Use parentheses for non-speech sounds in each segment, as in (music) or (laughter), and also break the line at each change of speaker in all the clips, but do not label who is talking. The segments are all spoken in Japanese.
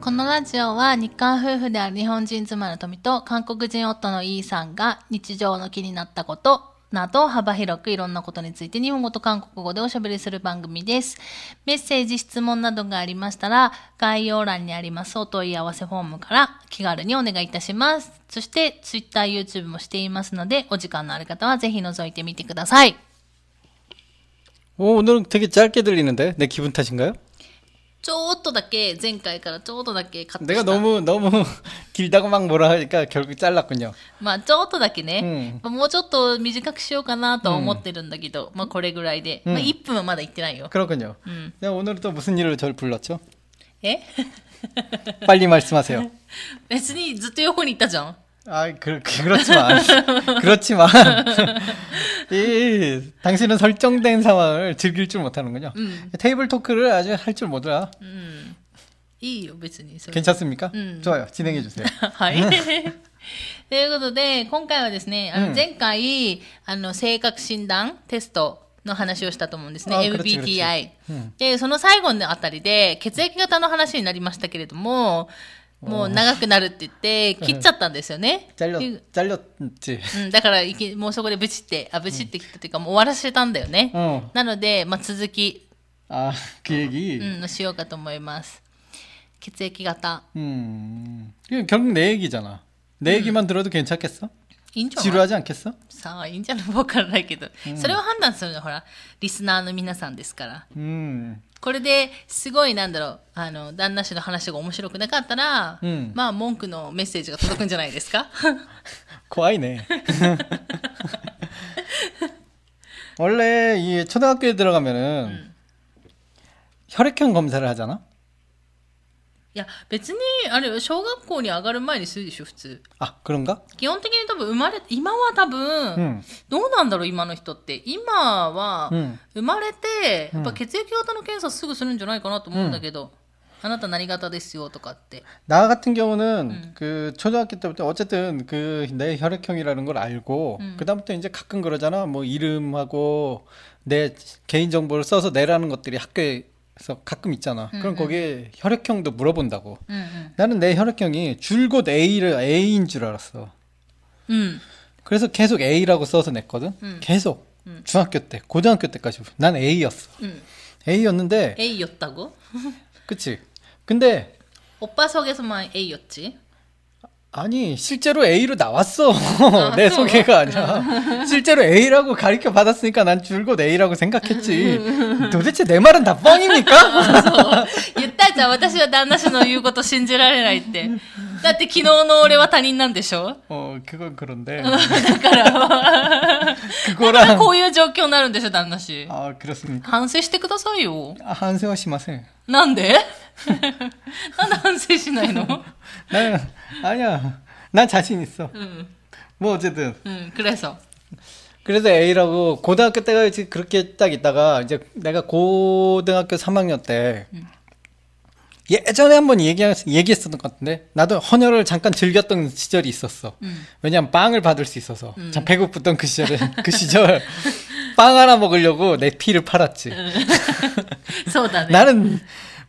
このラジオは日韓夫婦である日本人妻の富と韓国人夫のイーさんが日常の気になったことなど幅広くいろんなことについて日本語と韓国語でおしゃべりする番組です。メッセージ、質問などがありましたら概要欄にありますお問い合わせフォームから気軽にお願いいたします。そして Twitter、YouTube もしていますのでお時間のある方はぜひ覗いてみてください。
어, 오, 오늘은 되게 짧게 들리는데? 내 기분 탓인가요?
ちょっとだけ前回からちょっとだけカット
내가
した。
너무, 너무 (laughs) 길다고 막 뭐라 하니까 결국 잘랐군요.
まあちょっとだけね、もうちょっと短くしようかなとは思ってるんだけど、まあこれぐらいで、まあ1分はまだいってないよ。
그렇군요.
음.
네, 오늘 또 무슨 일로 저를 불렀죠?
え (laughs)
빨리 말씀하세요.
別にずっと横にいたじゃん。
아, 그, 그- 그렇지만. (laughs) 그렇지만. (laughs) 이, 당신은 설정된 상황을 즐길 줄 못하는군요.
음.
테이블 토크를 아주 할 줄 모더라.
いいよ、別にそれ。
괜찮습니까?
음.
좋아요. 진행해주세요.
(laughs) はい。ということで、今回はですね、あの前回、あの性格診断テストの話をしたと思うんですね、
あクラッチクラッチ
MBTI。で、その最後のあたりで、血液型の話になりましたけれども、もう長くなるって言って、切っちゃったんですよね。
잘렸,
っていう
잘렸지.
うん、だからいき、もうそこでブチって、あ、ブチって切ったというか、もう終わらせたんだよね。
うん
なので、まあ、続き、
어. 아, 그 얘기.
うん、しようかと思います。血液型。
음. 이건 결국 내 얘기잖아. 내 얘기만 들어도 괜찮겠어?
いいんじゃない
지루하지 않겠어?
さあ、いいんじゃないわからないけど、それを判断するのはほら、リスナーの皆さんですから。
음.
これですごいなんだろう、あの、旦那氏の話が面白くなかったら、
うん
まあ文句のメッセージが届くんじゃないですか (laughs)
고아이네. (laughs) 원래 이 초등학교에 들어가면은 혈액형 검사를 하잖아.
いや、別に、あれよ、小学校に上がる前にするでしょ、普通。
아, 그런가?
基本的に多分生まれ、今は多分、
음.
どうなんだろう、今の人って。今は
う、ん
生まれて、やっぱ血液型の検査すぐするんじゃないかなと思うんだけど、あなた何型ですよとかって。
나 같은 경우는 그 초등학교 때부터 어쨌든 그 내 혈액형이라는 걸 알고 그다음부터 이제 가끔 그러잖아. 뭐 이름하고 내 개인 정보를 써서 내라는 것들이 학교에서 가끔 있잖아. 그럼 거기에 혈액형도 물어본다고.
うんうん。
나는 내 혈액형이 줄곧 A를 A인 줄 알았어.
うん。
그래서 계속 A라고 써서 냈거든. 계속 중학교 때, 고등학교 때까지 난 A였어.
음.
A였는데,
A였다고?
그치? 근데
오빠 속에서만 A였지?
아니 실제로 A로 나왔어. (laughs) 내
또?
소개가 아니야. (laughs) 실제로 A라고 가르쳐 받았으니까 난 줄곧 A라고 (laughs) 생각했지. 도대체 내 말은 다 (laughs) 뻥입니까?
(laughs) 言ったじゃん、私は旦那氏の言うこと信じられないって。だって昨日の俺は他人なんでし (laughs) ょ
어 그건 그런데
だから、だから
(laughs) 그거랑
こういう状況になるんでしょ、旦那氏。
아 그렇습니까?
反省してくださいよ。
아, 한세화 씨 마세요.
なんでなんで反省しないの
나는 아니야. 난 자신 있어.
うん。
뭐 어쨌든
うん、クレイさん。
그래서 A라고 고등학교 때가 이제 그렇게 딱 있다가 이제 내가 고등학교 3학년 때 예전에 한번 얘기 얘기했었던 것 같은데 나도 헌혈을 잠깐 즐겼던 시절이 있었어. 왜냐면 빵을 받을 수 있어서 참 배고프던 그 시절에 그 시절 (laughs) 빵 하나 먹으려고 내 피를 팔았지.
そうだね。
(laughs) 나는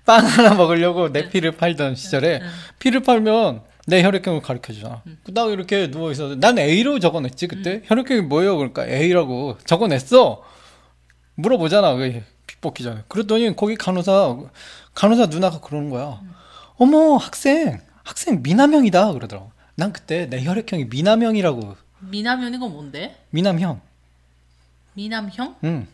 빵 하나 먹으려고 내 피를 팔던 시절에 피를 팔면 내 혈액형을 가르쳐 주잖아. 나 이렇게 누워 있어서 난 A로 적어냈지 그때 혈액형이 뭐예요? 그러니까 A라고 적어냈어. 물어보잖아. 그 핏뽑기 전에. 그랬더니 거기 간호사 간호사 누나가 그러는 거야. 어머 학생 학생 미남형이다 그러더라고. 난 그때 내 혈액형이 미남형이라고
南鬼がもんで
미남형.
南ヒョン
응,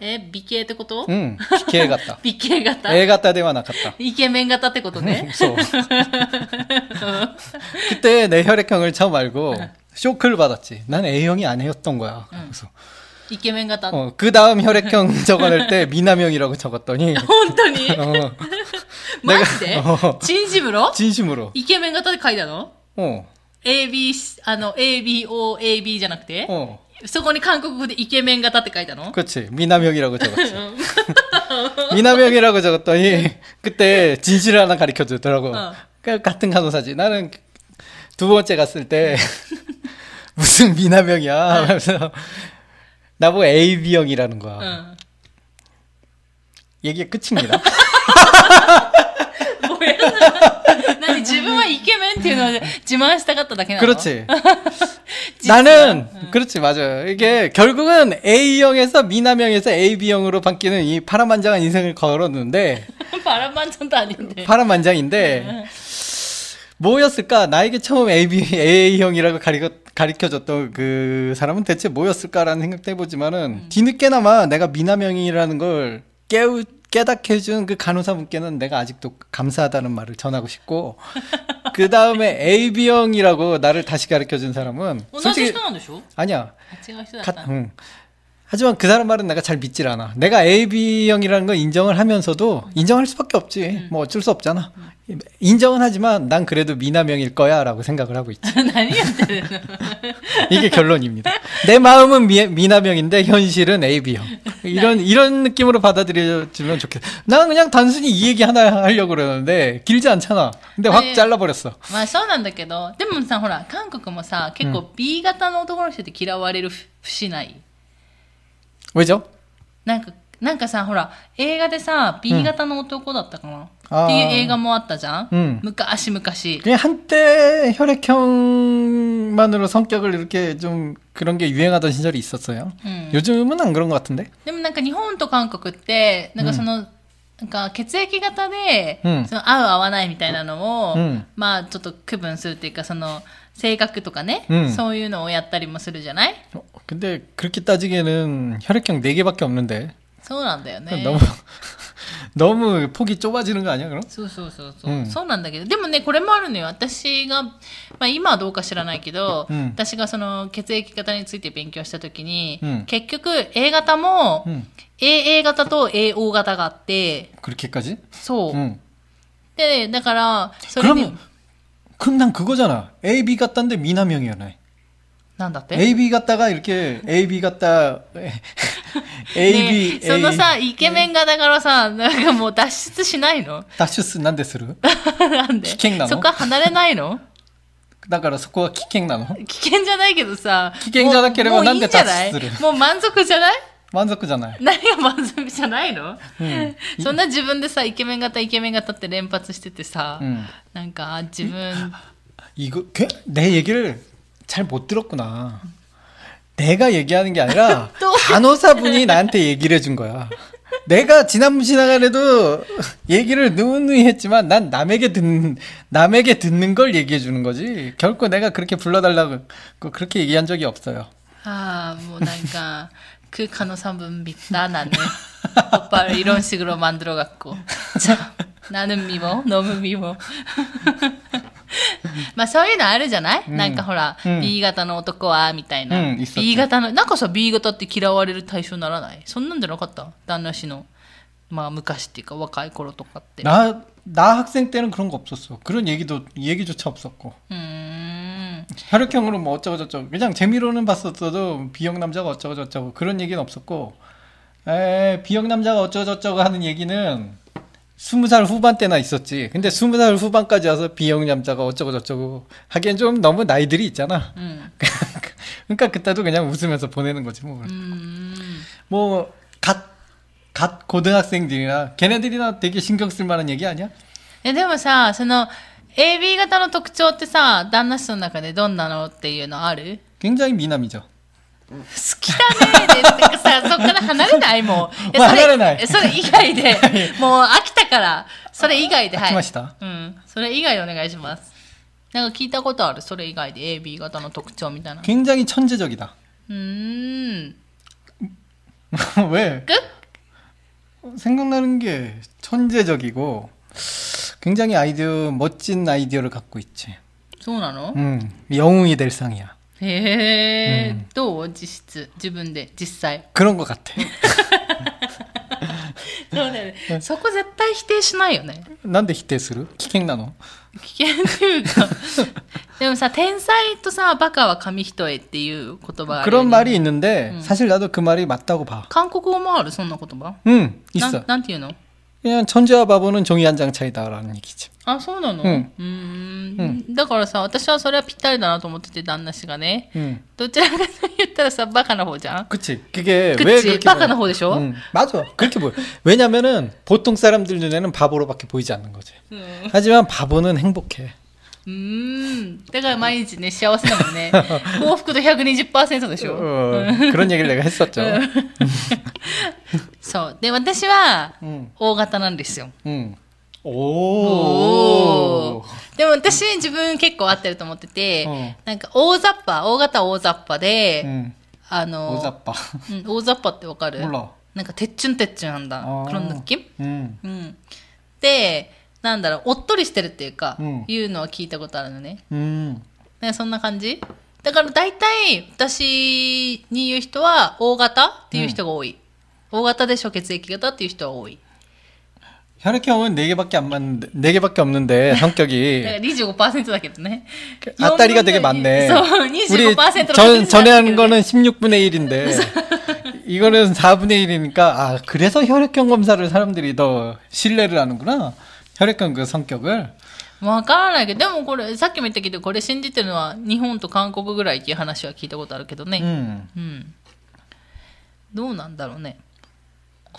え、美形ってこと、
응,
(laughs)
BK 같다.
美形型
A 같다 대화 나갔다.
イケメン型ってことね。
무서워. 그때 내 혈액형을 처음 알고 쇼크를 받았지. 난 A형이 아니었던 거야. 그래서
イケメン型。
어, 그 다음 혈액형 (laughs) 적어낼 때 미남형이라고 적었더니
本当に
어,
マジで
うん
チンジブロ
진심으로.
イケメン型で書いたの
어,
?AB、あの、ABO、AB じゃなくて、
어,
そこに韓国語でイケメン型って書いたの
그렇지. 미남형이라고 적었지. 미남형이라고 적었더니 그때 진실을 하나 가르쳐 주더라고.
어.
그 같은 간호사지. 나는 두 번째 갔을 때 (laughs) 무슨 미남형이야 하면서 나보고 AB형이라는 거야.
うん。
얘기가 끝입니다.
もうやだ。自分はイケメンっていうのは自慢したかっただけなの
그렇지.
진짜?
나는 그렇지 맞아요. 이게 결국은 A형에서 미남형에서 AB형으로 바뀌는 이 파란만장한 인생을 걸었는데
(laughs) 바람만찬도 아닌데.
파란만장인데 예. 뭐였을까? 나에게 처음 AB, A형이라고 가리고, 가리켜줬던 그 사람은 대체 뭐였을까라는 생각도 해보지만은 뒤늦게나마 내가 미남형이라는 걸 깨우, 깨닫게 해준 그 간호사분께는 내가 아직도 감사하다는 말을 전하고 싶고 그 다음에 AB형이라고 나를 다시 가르쳐준 사람은
同じ人なんでしょ
아니야
違う人だっ
가-
た。
응. 하지만 그 사람 말은 내가 잘 믿질 않아. 내가 AB형이라는 걸 인정을 하면서도 인정할 수밖에 없지. 뭐 어쩔 수 없잖아. 인정은 하지만 난 그래도 미남형일 거야 라고 생각을 하고 있지.
(laughs) 何やってるの (laughs)
이게 결론입니다. 내 마음은 미, 미남형인데 현실은 AB형. 이런, 이런 느낌으로 받아들여주면 좋겠어. 난 그냥 단순히 이 얘기 하나 하려고 그러는데 길지 않잖아. 근데 확
네.
잘라버렸어.
まあそうなんだけど、でもさ、ほら、韓国もさ、結構 B 型の男の人って嫌われる節ない。
왜죠?
なんか、なんかさ、ほら、映画でさ、B 型の男だったかな、
あー
っていう映画もあったじゃん、
うん
昔昔。
그냥 한때 혈액형만으로 성격을 이렇게 좀 그런 게 유행하던 시절이 있었어요.
음.
요즘은 안 그런 것 같은데?
でもなんか日本と韓国って、なんかその、なんか血液型で、
うん
その合う合わないみたいなのを、
うん
まあちょっと区分するっていうか、その、性格とかね、
うん
そういうのをやったりもするじゃない
어, 근데 그렇게 따지기에는 혈액형 4개밖에 없는데
そうなんだよね。
(laughs) 너무 너무 폭이 좁아지는 거 아니야 그럼?
そうそうそうそう、
うん
そうなんだけどでもねこれもあるのよ私が、まあ、今はどうか知らないけど、
うん
私がその血液型について勉強した時に、
うん
結局 A 型も、
음
AA 型と AO 型があって
그렇게까지?
そう、
응
でだからそれに
그럼 그럼 난 그거잖아. AB 같다는데 미남형이었네.
なんだって
AB 같다가 이렇게 AB 같다 (laughs) AB
ねえそのさイケメンがだからさなんかもう脱出しないの (laughs)
다슈스 난데스루.
なんで
危険なの
そこは離れないの
나가라 소코가 키캥 나노.
危険じゃないけどさ
危険じゃなければ
もうもう
なん
い
で
いんじゃない
脱出す
もう満足じゃない (laughs)
만석구잖아요.
何が満足じゃないの、そんな自分でさイケメン型イケメン型って連発しててさ、
うん
なんかあ自分
이거 그- 내 얘기를 잘 못 들었구나. 내가 얘기하는 게 아니라
또.
간호사분이 나한테 얘기를 해준 거야. 내가 지난 지나간에도 얘기를 누누이 했지만 난 남에게 듣는 남에게 듣는 걸 얘기해 주는 거지. 결코 내가 그렇게 불러달라고 그렇게 얘기한 적이 없어요.
ああもうなんか「空間の三分見た」なんね「ポッパイロンシグロマンドロ学校」
(laughs)
じゃ「なぬみも飲むみも」 (laughs) まあそういうのあるじゃない、なんかほら、
うん
B 型の男はみたいな、
うん
B 型のなんかさ B 型って嫌われる対象にならないそんなんじゃなかった旦那氏のまあ昔っていうか若い頃とかって
나 나 학생 때는 그런 거 없었어. 그런 얘기도 얘기조차 없었고
うーん
혈액형으로 뭐 어쩌고 저쩌고 그냥 재미로는 봤었어도 비형 남자가 어쩌고 저쩌고 그런 얘기는 없었고 에 비형 남자가 어쩌고 저쩌고 하는 얘기는 스무 살 후반 때나 있었지 근데 스무 살 후반까지 와서 비형 남자가 어쩌고 저쩌고 하기엔 좀 너무 나이들이 있잖아 (laughs)
うん。
그러니까 그때도 그냥 웃으면서 보내는 거지 뭐
うーん
뭐갓 갓 고등학생들이나 걔네들이나 되게 신경 쓸 만한 얘기 아니야?
えでもさ、その AB 型の特徴ってさ、旦那氏の中でどんなのっていうのある
굉장히 미남이죠.
好きだねーで、てか
(laughs)
さ、そこから離れないもう。
まあ
そ
離れない
えそれ以外で、もう飽きたから、それ以外で、
飽き
は
ま
い
した。
うん、それ以外でお願いします。なんか聞いたことあるそれ以外で AB 型の特徴みたいな。
굉장히 천재적이다.
うーん。
(laughs) 왜?
끝?
생각나는 게 천재적이고 굉장히 아이디어 멋진 아이디어를 갖고 있지.
そうなの、
음, 영웅이 될 상이야.
へえ、どう実質、自分で、実
(laughs)
際。
그런 것 같아.
そうだよね。そこ絶対否定しないよね。
난데 히테스루? 키캥나노?
危険っていうか。 (laughs) でもさ、天才とさ、バカは紙一重っていう言葉があるよ
그런
ね
말이 있는데 사실 나도 그 말이 맞다고 봐.
韓国語もある、そんな言葉。
응 있어.
なんなんていうの
그냥 천재와 바보는 종이 한 장 차이다라는 얘기지.
あ、そうなの、
うん
うーん。だからさ、私はそれはぴったりだなと思ってて、旦那氏がね。
응.
どちらかと言ったらさ、バカな方じゃん
그치. 그게 왜
口
그렇게
バカ
보여?
な方でしょ、
응, 맞아. 그렇게 보여. 음. 왜냐면은 보통 사람들 눈에는 바보로밖에 보이지 않는 거지. 하지만 바보는 행복해.
うーん。だから毎日ね、幸せだもん (laughs) ね。幸福度120%でしょ。
어, 그런 얘기를 내가 했었죠.
そう。で、私は
응,
大型なんですよ。
응.
お
오.
でも私自分結構合ってると思ってて、
うん
なんか大雑把、大型大雑把で、
응.
あの、
음, 오자빠.
うん、大雑把ってわかる
몰라.
なんか、てっちゅんてっちゅんなんだ。
아.
그런 느낌?
응.
うん。で、なんだろう、おっとりしてるっていうか、
うん
いうのは聞いたことあるのね。
응.
なんかそんな感じだから大体、私に言う人は、大型っていう人が多い。大型でしょ、血液型っていう人は多い。
혈액형은 네 개밖에 안 맞는데 네 개밖에 없는데
だか
(laughs)
ら
성격이
25%だけど
(laughs)
ね。
아따리가 되게
4分の
많네.
そう、
(laughs) 우리
25%로
전 전에 한 거는 16분의 (laughs) 1인데 이거는 4분의 1이니까 아 그래서 혈액형 검사를 사람들이 더 신뢰를 하는구나. 혈액형 그 성격을
わからないけど、でもこれ、さっきも言ったけど、これ信じてるのは日本と韓国ぐらいっていう話は聞いたことあるけどね。
음.
うん。どうなんだろうね。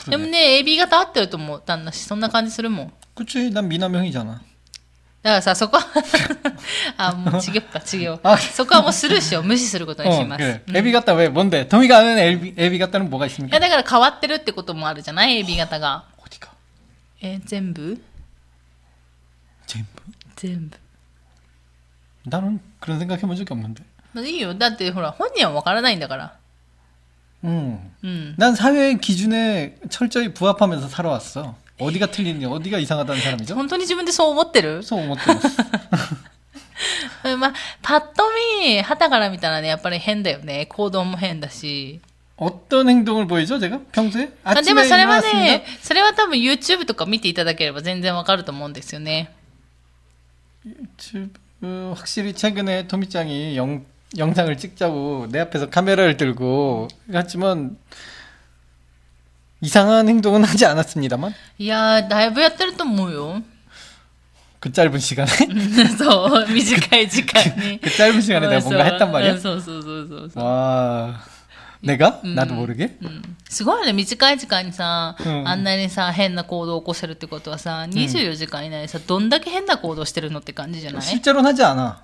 でも
그러네.
ね、AB 型合ってると思ったんだし、そんな感じするもん。
그치 난 미남형이잖아.
だからさ、そこ
(laughs)
は、あ、もうちげっぱ、ちげよ
あ。
そこはもうスルーしよう。無視することにし
어,
ます。
그래.
うん
AB 같다 왜 뭔데? 동이가 아는 AB, AB 같다는 뭐가
い
있습니까?
や、だから変わってるってこともあるじゃない ?AB 型が。
어디가?
えー全部
전부?
全部。
나는 그런 생각 해본 적이 없는데.
まあいいよ。だってほら、本人はわからないんだから。
음.
うん。
난 사회의 기준에 철저히 부합하면서 살아왔어. 어디가 틀리니 어디가 이상하다는 사람이죠?
本当に自分でそう思ってる (laughs)
そう思ってます。
うんまあ、パッと見、旗から見たらね、やっぱり変だよね。行動も変だし。
어떤 행동을 보이죠, 제가? 평소에?
まあ、
아침에
でもそれは
일어났습니다.
ね、それは多分 YouTube とか見ていただければ全然わかると思うんですよね。
지- 어, 확실히 최근에 토미짱이 영, 영상을 찍자고 내 앞에서 카메라를 들고 했지만 이상한 행동은 하지 않았습니다만
いやー、だいぶやってると思うよ。
그 짧은 시간에
(laughs) そう、 (laughs) 短い時間に。
그 짧은 시간에 내가 뭔가 했단 말이야.
うんそうそうそうそうそう。
와, 내가 나도 모르게
うんすごいね、短い時間にさ、
うん
あんなにさ、変な行動を起こせるってことはさ、24時間以内でさ、どんだけ変な行動してるのって感じじゃない
실제로는 하지 않아.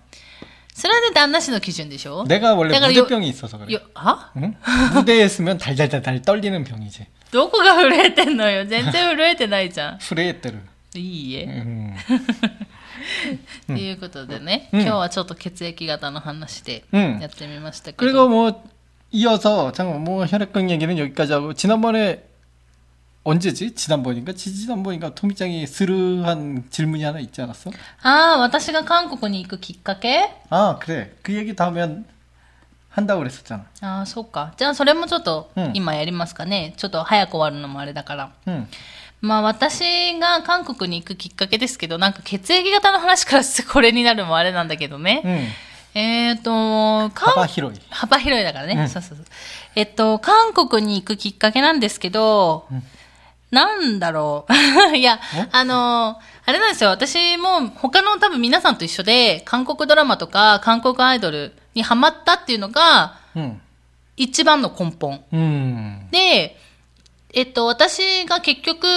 それはね、旦那氏の基準でしょ
어? 내가 원래
だからよ
무대병이 있어서 그래.
よ、は
응? 무대에 있으면 달달달달 떨리는 병이지.
どこが震えてんのよ全然震えてないじゃ
프레에테르.
ん。いいえ。
음.
ということでね、
うん
今日はちょっと血液型の話で
うん
やってみましたけ
그리고
ど。
뭐 이어서 잠깐 뭐 혈액형 얘기는 여기까지 하고 지난번에 언제지? 지난번인가? 지- 지난번인가? 토미짱이 스르한 질문이 하나 있지 않았어?
ああ、私が韓国に行くきっかけ
아 그래. 그 얘기 다음에 한- 한다고 그랬었잖아.
ああ、そうか。じゃあ、それもちょっと
うん
今やりますかね。ちょっと早く終わるのもあれだから。
응.
まあ、私が韓国に行くきっかけですけど、なんか血液型の話からすこれになるのもあれなんだけどね。
응.
えっ、と、韓
바바 히로이.
幅広いだからね、
うん
そうそうそう。えっと、韓国に行くきっかけなんですけど、なんだろう。い (laughs) や、あの、あれなんですよ。私も他の多分皆さんと一緒で、韓国ドラマとか韓国アイドルにハマったっていうのが、
응.
一番の根本。
음.
で、えっと、私が結局、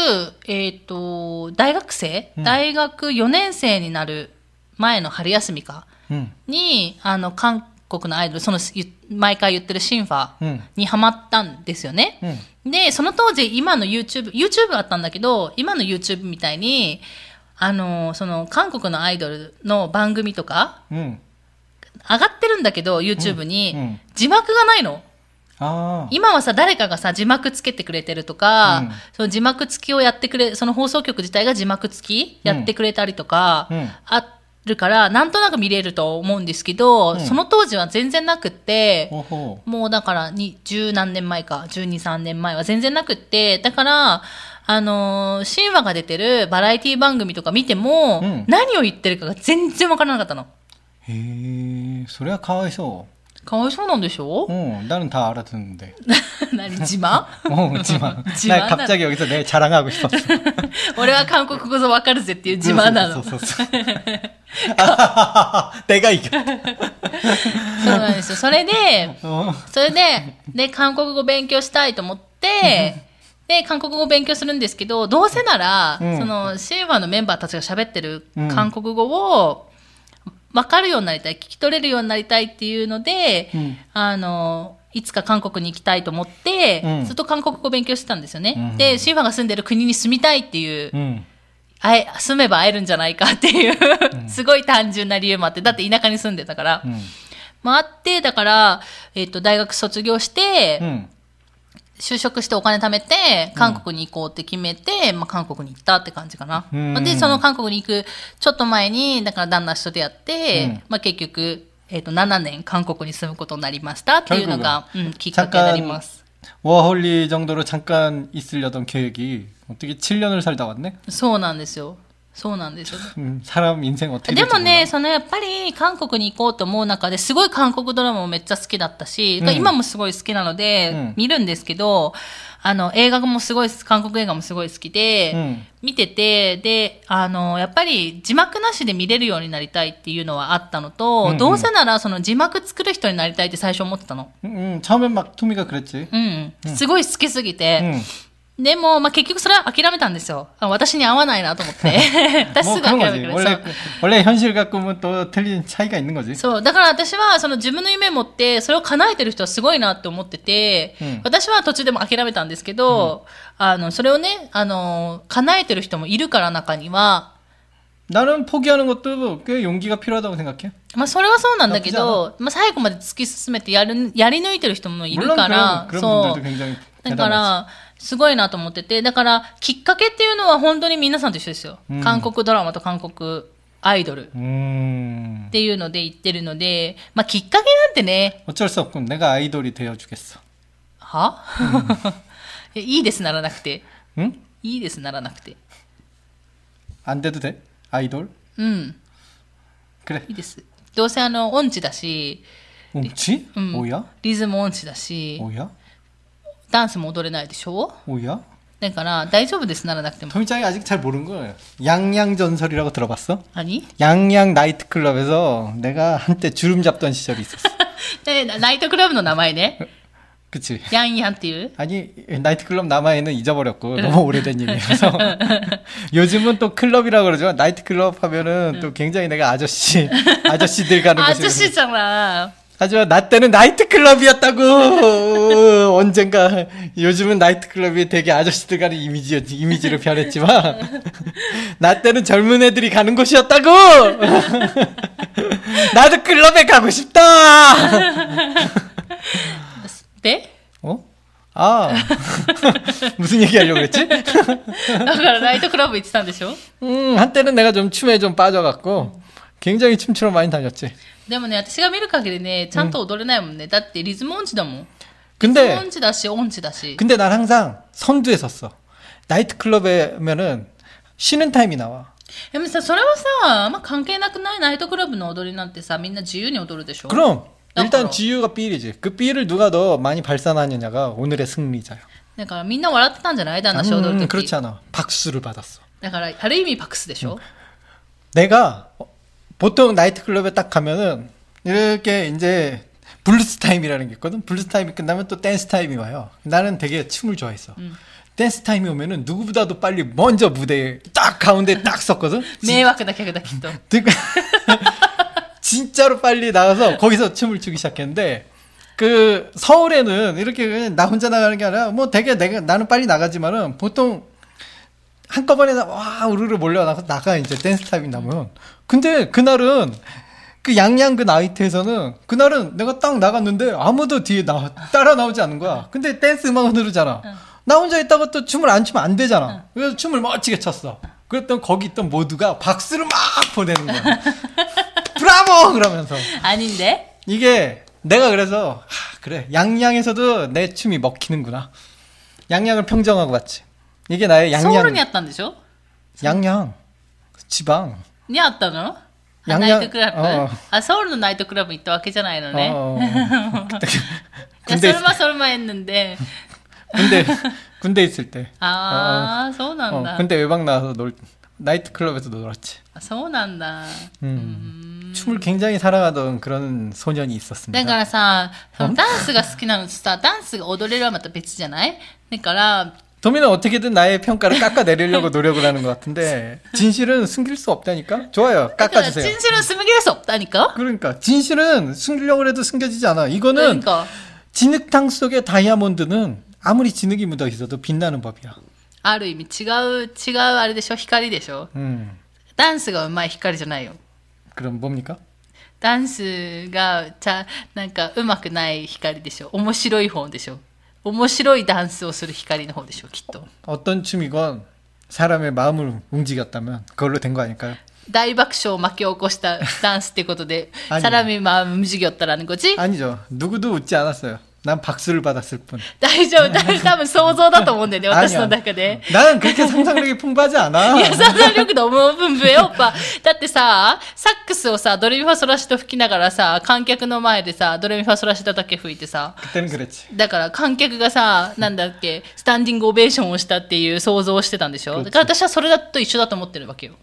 えっと、大学生、
うん
大学4年生になる前の春休みか。
응.
に、あの、韓国のアイドル、その、ゆ毎回言ってるシンファ
응.
にハマったんですよね。
응.
で、その当時、今の YouTube、YouTube あったんだけど、今の YouTube みたいに、あの、その、韓国のアイドルの番組とか、
응.
上がってるんだけど、YouTube に、
うんうん
字幕がないの。
아.
今はさ、誰かがさ、字幕つけてくれてるとか、
うん
その字幕付きをやってくれ、その放送局自体が字幕付きやってくれたりとか、
うん
あるから、なんとなく見れると思うんですけど、
うん
その当時は全然なくって、
오호.
もうだから、に十何年前か、十二三年前は全然なくって、だから、あのー、神話が出てるバラエティ番組とか見ても、
うん
何を言ってるかが全然わからなかったの。
에, 소리가 가와있어.
かわいそうなんでしょ、
어, 나는 다 알아듣는데.
(laughs) 何自慢 (laughs)
어, 웃지마.
웃지마.
나 갑자기 여기서 내 자랑하고 싶었어.
俺は韓国語わかるぜっていう自慢なの。
(laughs) 웃었었어. 아하하하, 내가 이겼다.
そうなんですよ。それで、
어.
それで、で、韓国語勉強したいと思って、で、韓国語勉強するんですけど、どうせなら、
うん
その、シンファのメンバーたちが喋ってる
うん
韓国語を、分かるようになりたい聞き取れるようになりたいっていうので、
うん
あのいつか韓国に行きたいと思って、
うん
ずっと韓国語を勉強してたんですよね、
うん
でシンファが住んでる国に住みたいっていう、
うん
あえ住めば会えるんじゃないかっていう (laughs) すごい単純な理由もあってだって田舎に住んでたから、
うん
まああってだから、えっと大学卒業して、
うん
就職してお金貯めて、韓国に行こうって決めて、まあ、韓国に行ったって感じかな。
うん
で、その韓国に行くちょっと前に、だから旦那氏と出会って、
うん
まあ、結局、えっ、と、7年韓国に住むことになりましたっていうのが、うん、きっかけになります。
워홀리 정도로 잠깐 있으려던 계획이 어떻게 7년을 살다 왔네?
そうなんですよ。そうなんですよ。
음, 사람 인생 어떻게
で
될지
も
몰라.
ね、そのやっぱり韓国に行こうと思う中ですごい韓国ドラマもめっちゃ好きだったし、
うん
今もすごい好きなので、
うん
見るんですけど、あの、映画もすごい、韓国映画もすごい好きで、
うん
見てて、で、あの、やっぱり字幕なしで見れるようになりたいっていうのはあったのと、
うんうん
どうせならその字幕作る人になりたいって最初思ってたの。
음, 음, 처음엔 막 투미가 그랬지.
うん。すごい好きすぎて。
음.
でも、まあ、結局それは諦めたんですよ。あ私に合わないなと思
(laughs)
って。私
뭐
すぐ諦
그런
め
거지.
てくれそう
원래 원래 현실과 꿈은 또 틀린 차이가 있는 거지.
そう。だから私は、その自分の夢持って、それを叶えてる人はすごいなって思ってて、
うん
私は途中でも諦めたんですけど、あの、それをね、あの、叶えてる人もいるから中には、
나는 포기하는 것도 뭐 꽤 용기가 필요하다고 생각해.
まあそれはそうなんだけ
楽
ど、まあ最後まで突き進めてやる、やり抜いてる人もいる
물론
か
그런,
ら、
그런
そ
분들도
う。
굉장히
だか
대단하지.
ら、すごいなと思ってて、だから、きっかけっていうのは本当に皆さんと一緒ですよ。
うん
韓国ドラマと韓国アイドルっ
음.
ていうので言ってるので、まあきっかけなんてね、
어쩔 수 없군. 내가 아이돌이 되어주겠어.
は、 (laughs) えいいですならなくて
응?
いいですならなくて
안 돼도 돼? 아이돌?
うん
그래.
いいですどうせあの音痴だし、
뭉치?
うん、
뭐야?
リズム音痴だし
뭐야?
ダンスも踊れないでしょ
뭐야?
だから大丈夫ですならなくても
토미짱이 아직 잘 모르는 거예요. 양양 전설이라고 들어봤어?
何 (laughs)
양양 나이트클럽에서 내가 한때 주름 잡던 시절이 있었어.
でナイトクラブの名前ね
그치?
ヤンヤンっていう
아니 나이트클럽 남아에는 잊어버렸고 너무 오래된 (laughs) 얘기라서 요즘은 또 클럽이라고 그러지만 나이트클럽 하면은 또 굉장히 내가 아저씨 네. (laughs) 아저씨들 가는
あ
곳이
女子じゃな
하지만 나 때는 나이트클럽이었다고 언젠가 요즘은 나이트클럽이 되게 아저씨들 가는 이미지 이미지로 (laughs) 변했지만 나 때는 젊은 애들이 가는 곳이었다고 (laughs) 나도 클럽에 가고 싶다
で
어? 아 (laughs) 무슨 얘기하려고 그랬지?
だからナイトクラブ行ってたんでしょ
음, 한때는 내가 좀 춤에 좀 빠져갖고 굉장히 춤추러 많이 다녔지.
でもね私が見る限りねちゃんと踊れないもんね、だってリズム音痴だもんリズム
근데
音痴だし音痴だし
근데 난 항상 선두에 섰어. 나이트클럽에면은 쉬는 타임이 나와.
でもさ、それはさ、あんま関係なくないナイトクラブの踊りなんてさ、みんな自由に踊るでしょ
그럼 일단
땀으로.
지유가 B이지. 그 B를 누가 더 많이 발산하느냐가 오늘의 승리자야.
だからみんな笑ってたんじゃない旦那氏踊る
음,
と
그렇지
き。
않아. 박수를 받았어.
だから、ある意味パクスでしょ、
내가 어, 보통 나이트클럽에 딱 가면은 이렇게 이제 블루스 타임이라는 게 있거든. 블루스 타임이 끝나면 또 댄스 타임이 와요. 나는 되게 춤을 좋아했어. 댄스 타임이 오면은 누구보다도 빨리 먼저 무대에 딱 가운데 딱 섰거든.
迷惑な客だ、きっ (laughs) と。
그러니까 (laughs) 진짜로 빨리 나가서 거기서 춤을 추기 시작했는데 그 서울에는 이렇게 그냥 나 혼자 나가는 게 아니라 뭐 되게 내가 나는 빨리 나가지만은 보통 한꺼번에 나- 와 우르르 몰려나가 나가 이제 댄스 타임이 나면 근데 그날은 그 양양 그 나이트에서는 그날은 내가 딱 나갔는데 아무도 뒤에 나 따라 나오지 않는 거야. 근데 댄스 음악은 흐르잖아. 나 혼자 있다고 또 춤을 안 추면 안 되잖아. 그래서 춤을 멋지게 췄어. 그랬더니 거기 있던 모두가 박수를 막 보내는 거야. 브라보! 그러면서.
あにんで
이게 내가 그래서 하, 그래 양양에서도 내 춤이 먹히는구나. 양양을 평정하고 왔지. 이게 나의
ソウル
양양
にあったんでしょ
양양 지방
にあったの
や
あ
ん
ナ
やん
イトクラブ、
うんうん
あ、ソウルのナイトクラブ行ったわけじゃないの
어,
ね。 (laughs)
어, 어.
いや、そ
군대
れ
있,
はそれもえんんで。
군대 군대 있을 때.
(laughs) あー、そうな
어,
んだ。
군대 외박 나와서 놀 나이트 클럽에서 놀았지.
あそうなんだ。
음. 춤을 굉장히 사랑하던 그런 소년이
だか
있었습니다.
らさ、その
ん
ダンスが好きなのとさ、ダンスが踊れるはまた別じゃないだから、
도미는 어떻게든 나의 평가를 깎아내리려고 노력을 하는 것
(laughs)
같은데 진실은 숨길 수 없다니까? 좋아요.
그러니까
깎아주세요.
진실은 숨길 수 없다니까?
그러니까 진실은 숨기려고 해도 숨겨지지 않아. 이거는
그러니까.
진흙탕 속의 다이아몬드는 아무리 진흙이 묻어 있어도 빛나는 법이야.
ある意味違う、違うあれでしょ光でしょ
음.
ダンスがうまい光じゃないよ。
그럼 뭡니까?
ダンスが、ちゃ、なんかうまくない光でしょ面白い方でしょ面白いダンスをする光の方でしょきっと。
어떤 춤이건 사람의 마음을 움직였다면 그걸로 된 거
(laughs)
아닐까요?
大爆笑を巻き起こしたダンスってことで、
あ
サラミマムジギョったらんごち
아니죠. 누구도 웃지 않았어요. 난 박수를 받았을 뿐.
大丈夫、だい多分想像だと思うんだよね、私の中で。
난 그렇게
(laughs)
상상력이 풍부하지 않아.
いや、想像力の思う分 (laughs) 布よ、おっぱ。だってさ、サックスをさ、ドレミファソラシド吹きながらさ、観客の前でさ、ドレミファソラシドだけ吹いてさ、
그때는 그랬지.
だから観客がさ、なんだっけ、スタンディングオベーションをしたっていう想像をしてたんでしょだから私はそれだと一緒だと思ってるわけよ。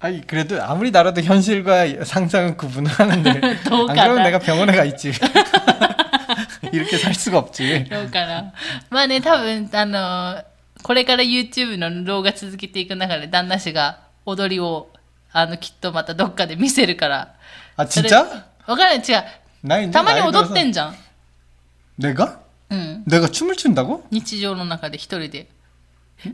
아니 그래도 아무리 나라도 현실과 상상은 구분을 하는데
(laughs) 더
안
가다.
그러면 내가 병원에 가 있지. (laughs) 이렇게 살 수가 없지.
どうかな。 (laughs) まあね、多分、あのーこれから YouTube の動画続けていく中で、旦那氏が踊りを、あの、きっとまたどっかで見せるから。
아
それ
진짜?
わからない、違う。
나 이제
たまに
나이
踊っ
들어서
てんじゃん。
내가?
うん。
내가 춤을 춘다고?
日常の中で一人で。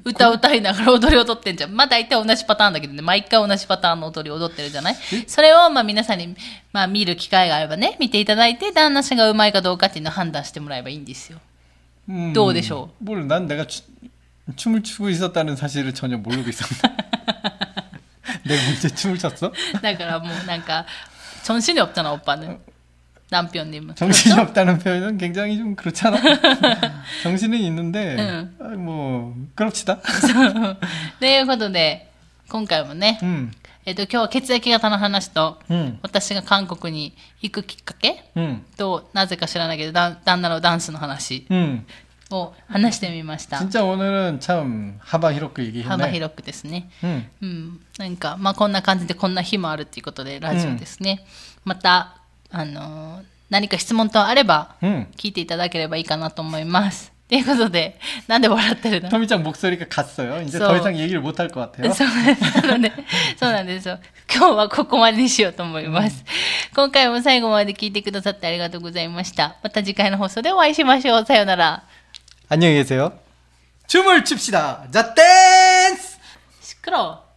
歌歌いながら踊り踊ってんじゃん。まあ大体同じパターンだけどね。毎回同じパターンの踊り踊ってるじゃないそれをまあ皆さんに、まあ見る機会があればね、見ていただいて、旦那氏がうまいかどうかっていうのを判断してもらえばいいんですよ。
음,
또 어디셔?
뭘, 난 내가 추- 춤을 추고 있었다는 사실을 전혀 모르고 있었는데. 내가 언제 춤을 췄어?
だからもうなんか、정신이없잖아오빠는남편님은
정신이 없다는 표현은 굉장히 좀 그렇잖아. 정신은 있는데,
응.
아, 뭐, 그럽시다.
(laughs) ということで、今回もね、
응,
えっ、と、今日は血液型の話と、
응,
私が韓国に行くきっかけ
응,
と、なぜか知らないけど、だ旦那のダンスの話
응.
を話してみました。
음. 진짜 오늘은 참 하바 히로크 얘기했네. 음,
幅広くですね。
응.
うん、なんか、まあ、こんな感じでこんな日もあるっていうことでラジオですね、また、あのー何か質問等あれば
응.
聞いていただければいいかなと思います (laughs) ということでなんで笑ってるの
토미짱 목소리가 갔어요. 이제
써.
더 이상 얘기를 못 할 것 같아요.
そうですなので、そうなんですよ。今日はここまでにしようと思います。今回も最後まで聞いてくださってありがとうございました。また次回の放送でお会いしましょう。さようなら。
안녕히 계세요. 춤을 춥시다. 자, 댄스!
シクロ